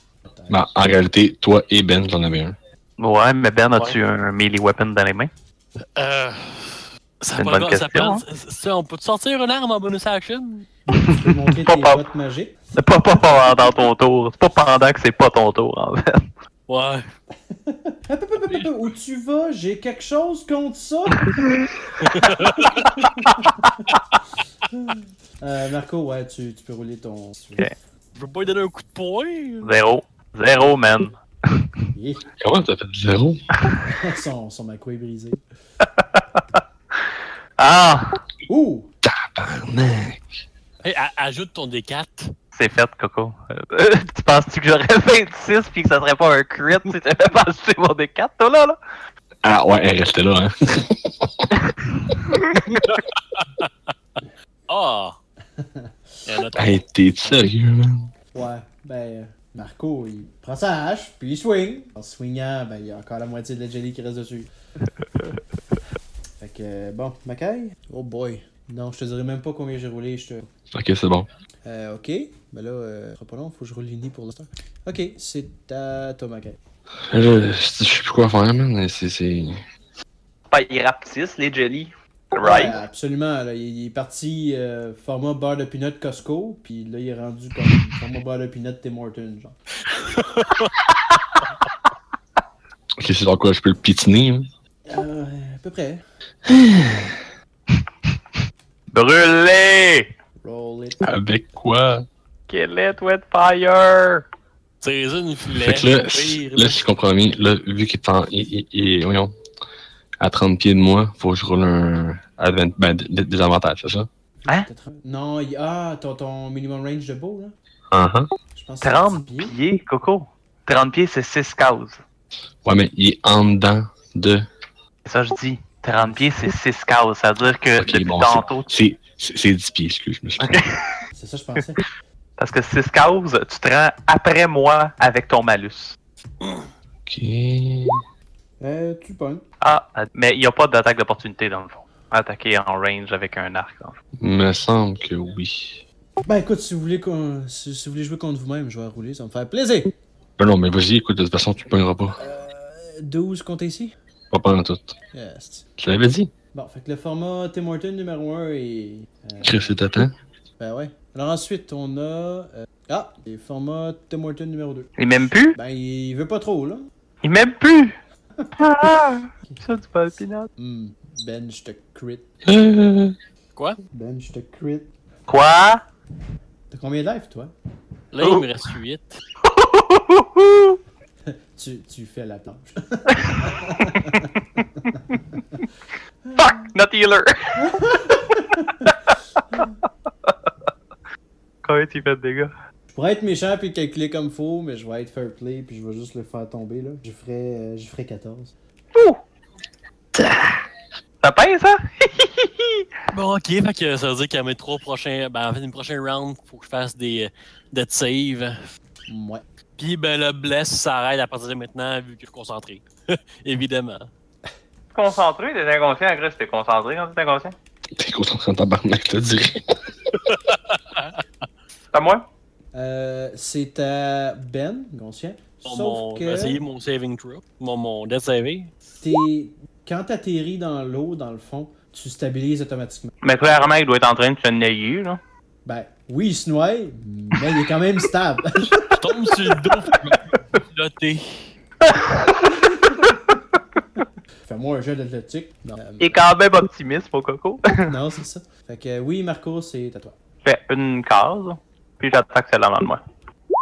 Ben, en réalité, toi et Ben, j'en avais un. Ouais, mais Ben, as-tu Ouais. un melee weapon dans les mains? Euh. Ça C'est une prend- bonne ça question, prend- ça- on peut te sortir une arme en bonus action? Tu (laughs) peux montrer tes Pop up. bottes magiques. C'est pas, pas pendant ton tour. C'est pas pendant que c'est pas ton tour, en fait. Ouais. Hop, hop, hop, hop, hop, Où tu vas? J'ai quelque chose contre ça! Euh, Marco, ouais, tu, tu peux rouler ton. Je veux pas lui donner un coup de poing. Zéro. Zéro, man. (laughs) Yeah. Comment t'as fait zéro? (laughs) son, son Maco est brisé. Ah! Ouh! Tabarnak. Hey, a- ajoute ton D4. C'est fait, Coco. Euh, (laughs) tu penses-tu que j'aurais 26 puis que ça serait pas un crit si t'avais pas acheté mon D4, toi, là, là? Ah ouais, elle restait là, hein. (laughs) (laughs) Ah! Il y en a trois. Hey, t'es sérieux, man? Ouais, ben, euh, Marco, il prend sa hache, puis il swing. En swingant, ben, il y a encore la moitié de la jelly qui reste dessus. fait que, euh, bon, Macaille? Oh boy. Non, je te dirai même pas combien j'ai roulé. Je te... Ok, c'est bon. Euh, ok. Ben là, euh, ça sera pas long, faut que je roule l'uni pour l'instant. Ok, c'est à toi, Macaille. Je, Euh, je sais plus quoi faire, man. C'est. c'est- Pas, ils rapetissent, les jelly. Right. Ouais, Euh, absolument, là, il il est parti euh, format beurre de peanut Costco, puis là, il est rendu comme format beurre de peanut Tim Hortons, genre. Ok, c'est dans quoi je peux le pitiner, hein? Euh, à peu près. Brûlé! Roll it. Avec quoi? Kill it with fire! C'est une filet. Fait que là, au si- pire. Ben, là, si je comprends bien, là, vu qu'il est en. il- il- il- voyons. À 30 pieds de moi, faut que je roule un. Advent, ben, d- d- des avantages, c'est ça? Hein? Peut-être un- Non, il... ah, ton, ton minimum range de beau, là. Uh Je pense que c'est 30 petit pied. pieds, Coco. 30 pieds, c'est 6 cases. Ouais, mais il est en dedans de. Ça, je dis. 30 pieds, (laughs) c'est 6 cases. Ça veut dire que Ok, depuis bon, tantôt, tu- C'est c'est- c'est 10 pieds, excuse, je me suis trompé. C'est ça, je pensais. parce que 6 cases, tu te rends après moi avec ton malus. Ok. euh, tu pognes. Ah, mais il n'y a pas d'attaque d'opportunité dans le fond. Attaquer en range avec un arc. Dans le fond. Me semble que oui. Ben écoute, si vous voulez, qu'on- si, si vous voulez jouer contre vous-même, je vais rouler, ça va me faire plaisir. Ben non, mais vas-y, écoute, de toute façon, tu pogneras pas. Euh, 12 comptez ici. Pas pendant tout. Yes. Tu l'avais dit. Bon, fait que le format Tim Horton numéro 1 est... euh, Chris, c'est à temps. ben ouais. Alors ensuite, on a... euh, ah, le format Tim Horton numéro 2. Il m'aime plus? Ben, il veut pas trop, là. Il m'aime plus! Ah! Ça, du pas peanut. Hmm, Ben, je te crit. Euh, Ben, je te crit. Quoi? (laughs) T'as combien de life, toi? Là, il me reste 8. Wouhou! Tu, tu fais la planche. (laughs) Fuck! Not (laughs) healer! Quand tu fais de dégâts? Je pourrais être méchant puis calculer comme faux, mais je vais être fair play puis je vais juste le faire tomber là. Je ferai, euh, je ferai 14. Ouh! Ça pèse, hein? Bon, ok, fait que ça veut dire qu'à mes trois prochains. Ben, en fait, une prochaine round, faut que je fasse des dead save. Ouais. Puis, ben, le bless s'arrête à partir de maintenant, vu que je suis concentré. (laughs) Évidemment. (laughs) concentré, t'es inconscient, Chris, t'es concentré quand t'es inconscient? T'es concentré en tabarnak, je te dirais. C'est à moi? Euh, c'est à Ben, conscient. Bon, Sauf Oh mon, ben, que Essayer mon saving throw. Mon, mon dead saving. t'es- quand t'atterris dans l'eau, dans le fond, tu stabilises automatiquement. Mais clairement, il doit être en train de se nailler, (laughs) là. Ben, oui, il se noie, mais il est quand même stable. (laughs) Je tombe sur le dos, fait que je me fais piloter. Fais-moi un jeu d'athlétique. Non, euh, Il est quand même optimiste, mon (laughs) coco. non, c'est ça. Fait que euh, oui, Marco, c'est à toi. Fais une case, puis j'attaque celle avant de moi.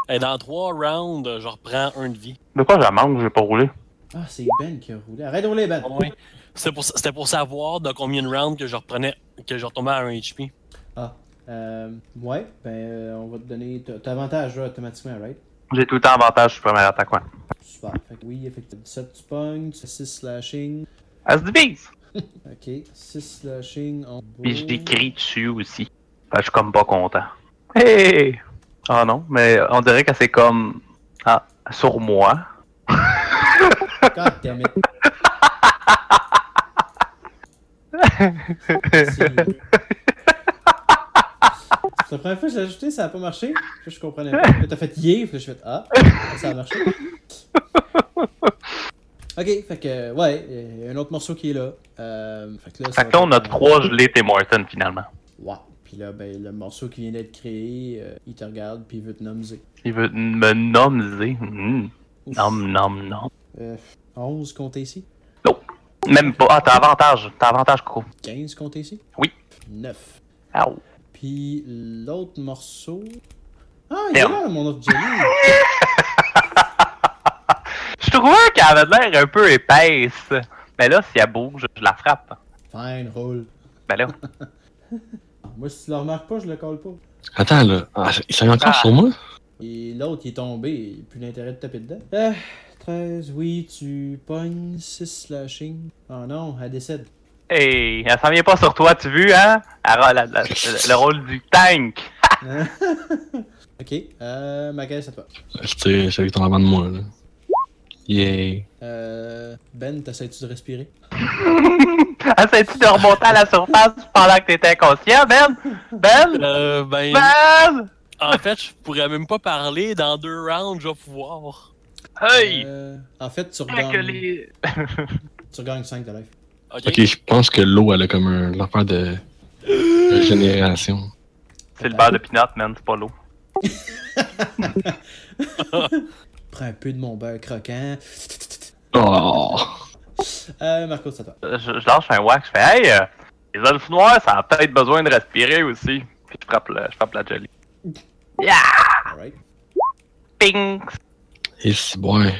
Et dans trois rounds, je reprends un de vie. De quoi je manque, j'ai pas roulé? Ah, c'est Ben qui a roulé. Arrête de rouler, Ben. Au moins, C'était pour, c'était pour savoir de combien de rounds que je reprenais, que je retombais à un HP. Ah, euh, ouais, ben, euh, on va te donner. T'as t'as avantage, là, automatiquement, right? J'ai tout le temps avantage sur première attaque, ouais. Super. Fait que oui, effectivement. 17, tu pognes, 6 slashing. Elle se divise! Ok, 6 slashing en bas. Puis je les crie dessus aussi. Fait que je suis comme pas content. Hey! Ah non, mais on dirait que c'est comme. Ah, sur moi. God damn it. C'est- C'est la première fois que j'ai ajouté, ça a pas marché. Je, je comprenais pas. Là, T'as fait yé, puis là, je fais ah, ça a marché. Ok, fait que, ouais, il y a un autre morceau qui est là. Euh, fait que là, ça Fait que là, va on a faire- trois gelés Tim Morton finalement. Ouais. Puis là, ben, le morceau qui vient d'être créé, euh, il te regarde, puis il veut te nommer. Il veut me nommer. Mm. Nom, nom, nom. Euh, 11 compte ici. Même pas. Ah, t'as avantage. T'as avantage, Coco. 15 compte ici. Oui. 9. Ow. Puis l'autre morceau. Ah, il est Merde. là, mon autre Jenny! Je trouvais qu'elle avait l'air un peu épaisse. Mais là, si elle bouge, je la frappe. Fine, roll. Ben là. Moi, si tu le remarques pas, je le colle pas. Attends, là. Ah, il s'est encore Ah. sur moi? Et l'autre, il est tombé, il n'y a plus d'intérêt de taper dedans. Euh, 13, oui, tu pognes 6 slashing. Oh non, elle décède. (laughs) Hey, elle s'en vient pas sur toi, tu vu, hein? Elle a la- la- le le rôle du tank. (laughs) Hein? ok, euh, Macaïs, à toi. C'était celui qui est en avant de moi, là. Yay. Euh, ben, t'essaies-tu de respirer? Essaies-tu de remonter à la surface pendant que t'étais inconscient, Ben? Ben? Euh, ben, Ben? en fait, je pourrais même pas parler. Dans deux rounds, je vais pouvoir. Hey! Euh, en fait, tu que regagnes, les... (laughs) tu regagnes 5 de life. Ok. Ok, je pense que l'eau, elle a comme un affaire de régénération. C'est le beurre de peanut, man, c'est pas l'eau. Prends un peu de mon beurre croquant. Oh! Euh, Marco, c'est à toi. Je, je lâche un wax, je fais « Hey, euh, les elfes noirs, ça a peut-être besoin de respirer aussi. » Puis je frappe, le- je frappe la jelly. Alright. Ping! Et si, ouais.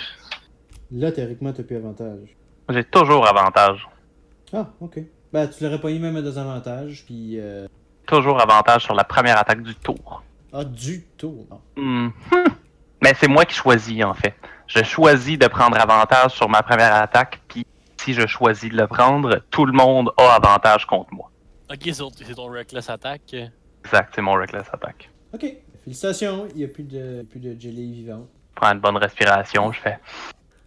Là, théoriquement, t'as plus avantage. J'ai toujours avantage. Ah, ok. Ben, tu l'aurais pogné même à désavantage, puis... Euh... Toujours avantage sur la première attaque du tour. Ah, du tout. Non. Hmm. Mais c'est moi qui choisis, en fait. Je choisis de prendre avantage sur ma première attaque, puis si je choisis de le prendre, tout le monde a avantage contre moi. Ok, c'est ton- c'est ton reckless attack. Exact, c'est mon reckless attaque. Ok. Félicitations, il n'y a plus de, plus de jelly vivante. Je prends une bonne respiration, je fais...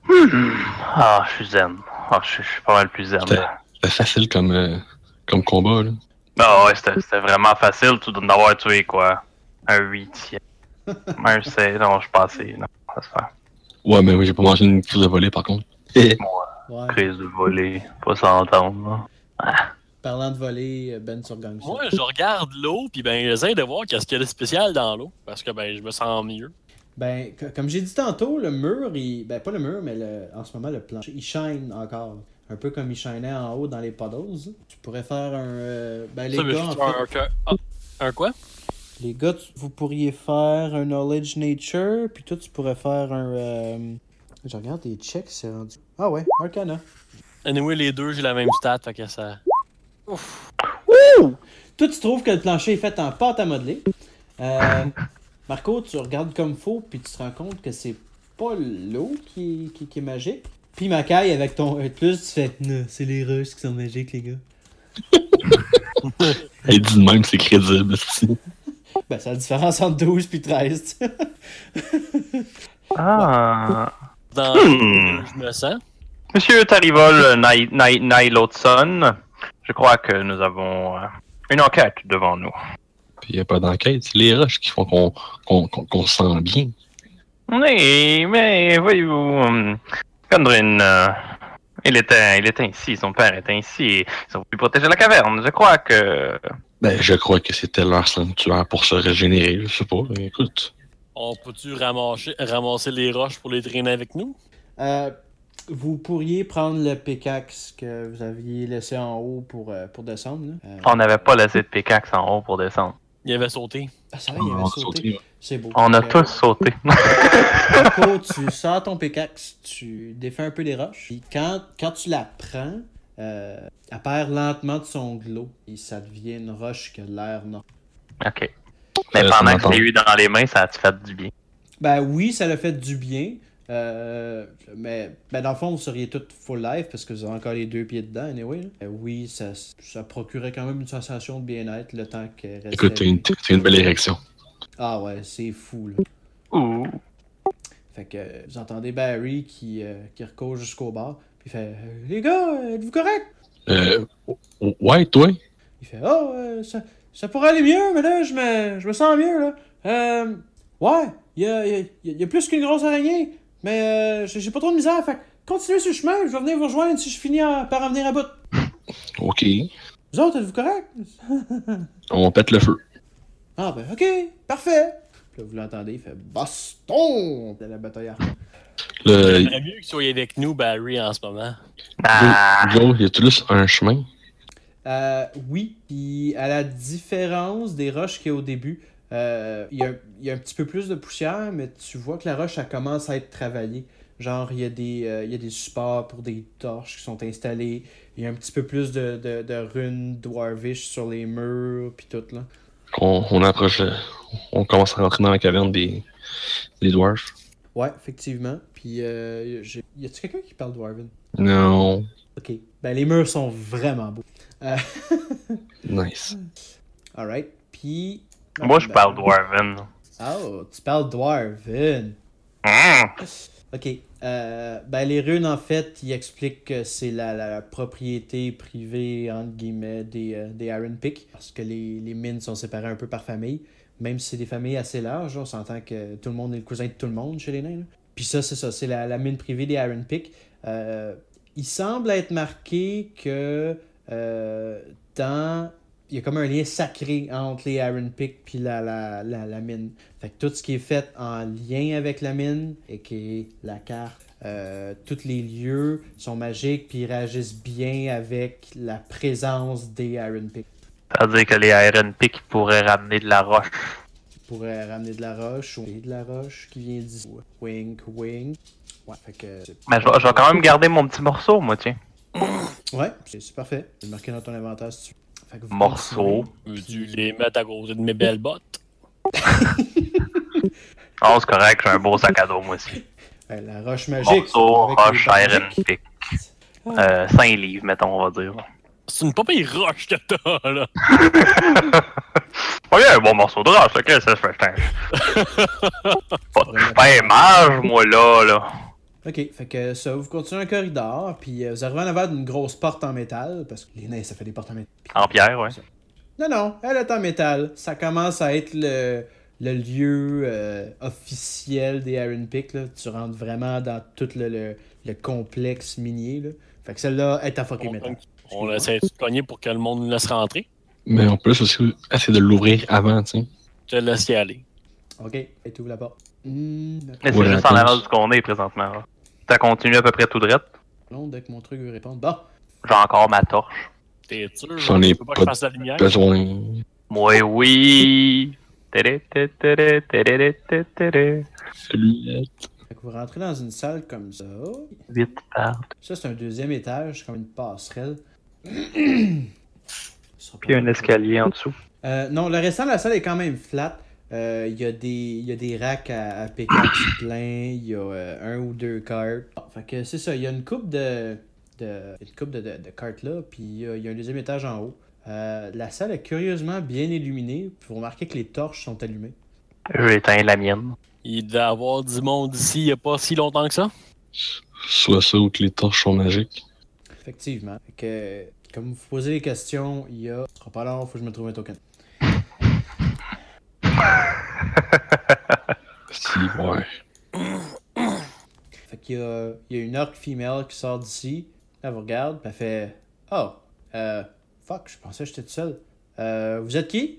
Hmm. Ah, je suis zen. Ah, je, suis- je suis pas mal plus zen. C'était- C'était facile comme, euh, comme combat, là. Ah ouais, c'était c'était vraiment facile, tu dois en avoir tué quoi. Un huitième. Un sept, non, je passais. Non, ça se fait. Ouais, mais oui, j'ai pas mangé une crise de volée, par contre. Moi, Ouais. crise de volée, pas s'entendre. là. Parlant de voler, euh, Ben sur gang. Moi, je regarde l'eau, puis ben, j'essaie de voir qu'est-ce qu'il y a de spécial dans l'eau. Parce que, ben, je me sens mieux. Ben, co- comme j'ai dit tantôt, le mur, il... ben pas le mur, mais le- en ce moment, le plancher, il shine encore. Un peu comme il shinait en haut dans les puddles. Tu pourrais faire un... euh, Ben, les Ça, mais je gars, suis en un, fait, un- un- un quoi? les gars, tu- vous pourriez faire un Knowledge Nature, puis toi, tu pourrais faire un. euh, Je regarde les checks, c'est rendu. Ah ouais, Arcana. Anyway, les deux, j'ai la même stat, fait que ça. Toi, tu trouves que le plancher est fait en pâte à modeler. Euh, Marco, tu regardes comme faux, puis tu te rends compte que c'est pas l'eau qui, qui, qui est magique. Puis Macaille, avec ton E de plus, tu fais Non, c'est les Russes qui sont magiques, les gars. Elle dit de même, c'est crédible. esti. Ben, c'est la différence entre 12 puis 13. tu sais. Ah. Dans Hmm. je me sens. Monsieur Tarivol Nai- Nai- Nailotson, je crois que nous avons euh, une enquête devant nous. Puis il n'y a pas d'enquête. C'est les roches qui font qu'on qu'on- qu'on- qu'on se sent bien. Oui, mais voyez-vous, hum, Condrin, euh, il, était, il était ici, son père était ici, ils ont pu protéger la caverne. Je crois que. Ben, je crois que c'était leur sanctuaire pour se régénérer, je sais pas. Écoute, Ah, On peut-tu ramasser, ramasser les roches pour les traîner avec nous? (laughs) Euh, vous pourriez prendre le pickaxe que vous aviez laissé en haut pour, euh, pour descendre. là. Euh, On n'avait pas laissé de pickaxe en haut pour descendre. Il avait sauté. Ah, c'est vrai, il avait on a sauté. sauté, ouais. C'est beau. On a Euh, tous sauté. (laughs) Marco, tu sors ton pickaxe, tu défais un peu les roches. Puis quand, quand tu la prends, euh, elle perd lentement de son glow. Et ça devient une roche qui a l'air non. ok. Mais Euh, pendant que comment je l'ai eu dans les mains, ça a fait du bien. Ben oui, ça l'a fait du bien. euh, mais ben dans le fond, vous seriez toutes full life parce que vous avez encore les deux pieds dedans, anyway. là. Ben oui, ça, ça procurait quand même une sensation de bien-être le temps qu'elle restait. Écoute, t'as une, t'as une belle érection. Ah ouais, c'est fou, là. Ouh. Fait que euh, vous entendez Barry qui, euh, qui recourt jusqu'au bar. Puis il fait euh, Les gars, êtes-vous correct? Euh, o- ouais, toi? Il fait Oh, euh, ça, ça pourrait aller mieux, mais là, je me, je me sens mieux, là. Euh, ouais, il y a, y a- y a plus qu'une grosse araignée, mais euh, j'ai j'ai pas trop de misère. Fait que continuez sur le chemin, je vais venir vous rejoindre si je finis en- par en venir à bout. Ok. Vous autres, êtes-vous correct? On pète le feu. Ah, ben, ok, parfait. Puis là, vous l'entendez, il fait Baston! De la bataille à Euh, Le J'aimerais mieux qu'il soit avec nous, Barry, en ce moment. Ah. Joe, y a-tu juste un chemin? Euh, oui, puis à la différence des roches qu'il y a au début, euh, il y, a- il y a un petit peu plus de poussière, mais tu vois que la roche, elle commence à être travaillée. Genre, il y, a des, euh, il y a des supports pour des torches qui sont installées. Il y a un petit peu plus de, de, de runes dwarvish sur les murs, puis tout, là. On, on approche. euh, On commence à rentrer dans la caverne des, des dwarfs. Ouais, effectivement. Puis, euh, j'ai- y a-tu quelqu'un qui parle dwarven? Non. Ok. Ben, les murs sont vraiment beaux. Euh, (laughs) Hmm. Nice. Alright. Puis. ben, Moi, je parle Dwarven. Oh, tu parles dwarven. Mmh. Ok. euh, ben, les runes, en fait, ils expliquent que c'est la, la propriété privée, entre guillemets, des, euh, des Iron Pick. Parce que les, les mines sont séparées un peu par famille. Même si c'est des familles assez larges, on s'entend que tout le monde est le cousin de tout le monde chez les nains. là. Puis ça, c'est ça, c'est la, la mine privée des Iron Pick. Euh, il semble être marqué que euh, dans. Il y a comme un lien sacré entre les Iron Pick puis la, la, la, la mine. Fait que tout ce qui est fait en lien avec la mine, et qui est la carte, euh, tous les lieux sont magiques puis ils réagissent bien avec la présence des Iron Pick. C'est-à-dire que les RNP qui pourraient ramener de la roche. Qui pourraient ramener de la roche ou et de la roche qui vient d'ici. Wink, wink. Ouais, fait que. c'est- Mais je vais je vais quand même garder mon petit morceau, moi, tiens. Ouais, c'est c'est parfait. Je vais le marquer dans ton inventaire si tu veux. Fait que vous Morceau. Hmm. Veux-tu les mettre à côté de mes belles bottes? Oh, c'est correct, j'ai un beau sac à dos, moi aussi. continuez. Ouais, Euh, la roche magique. Morceau, ah, avec les roche, barres Iron magiques. Pick. Euh, 5 livres, mettons, on (laughs) va dire. C'est une pas pire roche que t'as, là. Oh, il y a un bon morceau de roche, ok, ça, je fais. putain. (laughs) Pas- Je suis pas un mage, moi, là, là. Ok, fait que ça, vous continuez un corridor, puis euh, vous arrivez en avant d'une grosse porte en métal, parce que les nains, ça fait des portes en métal. Ah. En pierre, ouais. Non, non, elle est en métal. Ça commence à être le, le lieu euh, officiel des Iron Pick. Là. Tu rentres vraiment dans tout le, le, le complexe minier. Là. Fait que celle-là est à fucking On- métal. On essaie de se cogner pour que le monde nous laisse rentrer. Mais on peut juste aussi essayer de l'ouvrir avant, tu sais. Je te laisse y aller. Ok, et tu ouvres la porte. Hmm, Mais c'est Ouais, juste en attends. avant de ce qu'on est présentement. là. Ça continue à peu près tout droit. non, dès que mon truc veut répondre. Bon, J'ai encore ma torche. T'es sûr? J'en ai Tu veux pas que je pas fasse la lumière? Besoin. Moi, oui. Téré, téré, téré, téré, téré, téré. Celui-là. Fait que vous rentrez dans une salle comme ça. Vite, parle. Ça, c'est un deuxième étage, comme une (coughs) passerelle. Puis un escalier en dessous. Euh, non, le restant de la salle est quand même flat. Euh, Il y, a des- il y a des racks à, à pickaxe (coughs) plein, il y a euh, un ou deux cartes. Bon, fait que c'est ça, il y a une coupe de, de, une coupe de, de- de cartes là, puis il y a- il y, a un deuxième étage en haut. Euh, la salle est curieusement bien illuminée, puis vous remarquez que les torches sont allumées. J'ai éteint la mienne. (laughs) Il doit y avoir du monde ici il n'y a pas si longtemps que ça. Soit ça ou que les torches sont magiques. Effectivement. Fait que, comme vous posez les questions, il y a... Ce sera pas long, faut que je me trouve un token. Si, ouais. Fait qu'il y a, il y a une orque femelle qui sort d'ici. Elle vous regarde, puis elle fait Oh, euh, fuck, je pensais que j'étais tout seul. Euh, vous êtes qui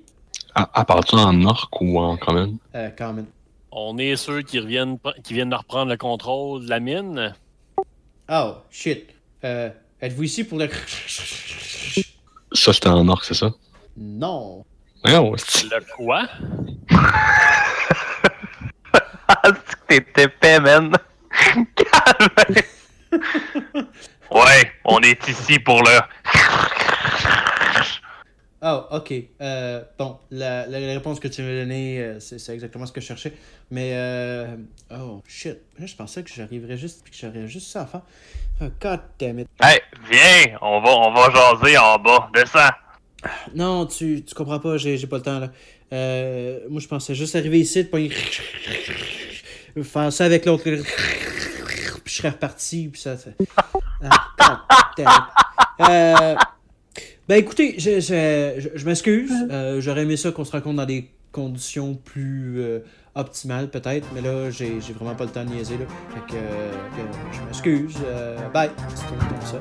À, à part ça en orc ou en common? euh, Carmen. On est ceux qui reviennent qui viennent de reprendre le contrôle de la mine. Oh, shit. Euh, êtes-vous ici pour le. Ça, c'était en orc, c'est ça? Non. Non, c'est- Le quoi? Ah, c'est que t'es épais, man. Calme. ouais, on est ici pour le. Oh, ok. Euh, bon, la, la- la réponse que tu m'as donnée, euh, c'est, c'est exactement ce que je cherchais. Mais, euh, oh, shit. Là, je pensais que j'arriverais juste, puis que j'aurais juste ça à faire. Oh, God damn it. Hey, viens, on va, on va jaser en bas. Descends. Non, tu, tu comprends pas, j'ai, j'ai pas le temps là. Euh, moi je pensais juste arriver ici, de pogner- faire ça avec l'autre. Puis je serais reparti, puis ça. ça- Ah, God damn it. Euh, ben écoutez, je, je, je- je m'excuse. Euh, j'aurais aimé ça qu'on se rencontre dans des conditions plus euh, optimales peut-être, mais là j'ai, j'ai vraiment pas le temps de niaiser là. Fait que euh, je m'excuse. Euh, bye. C'est tout comme ça.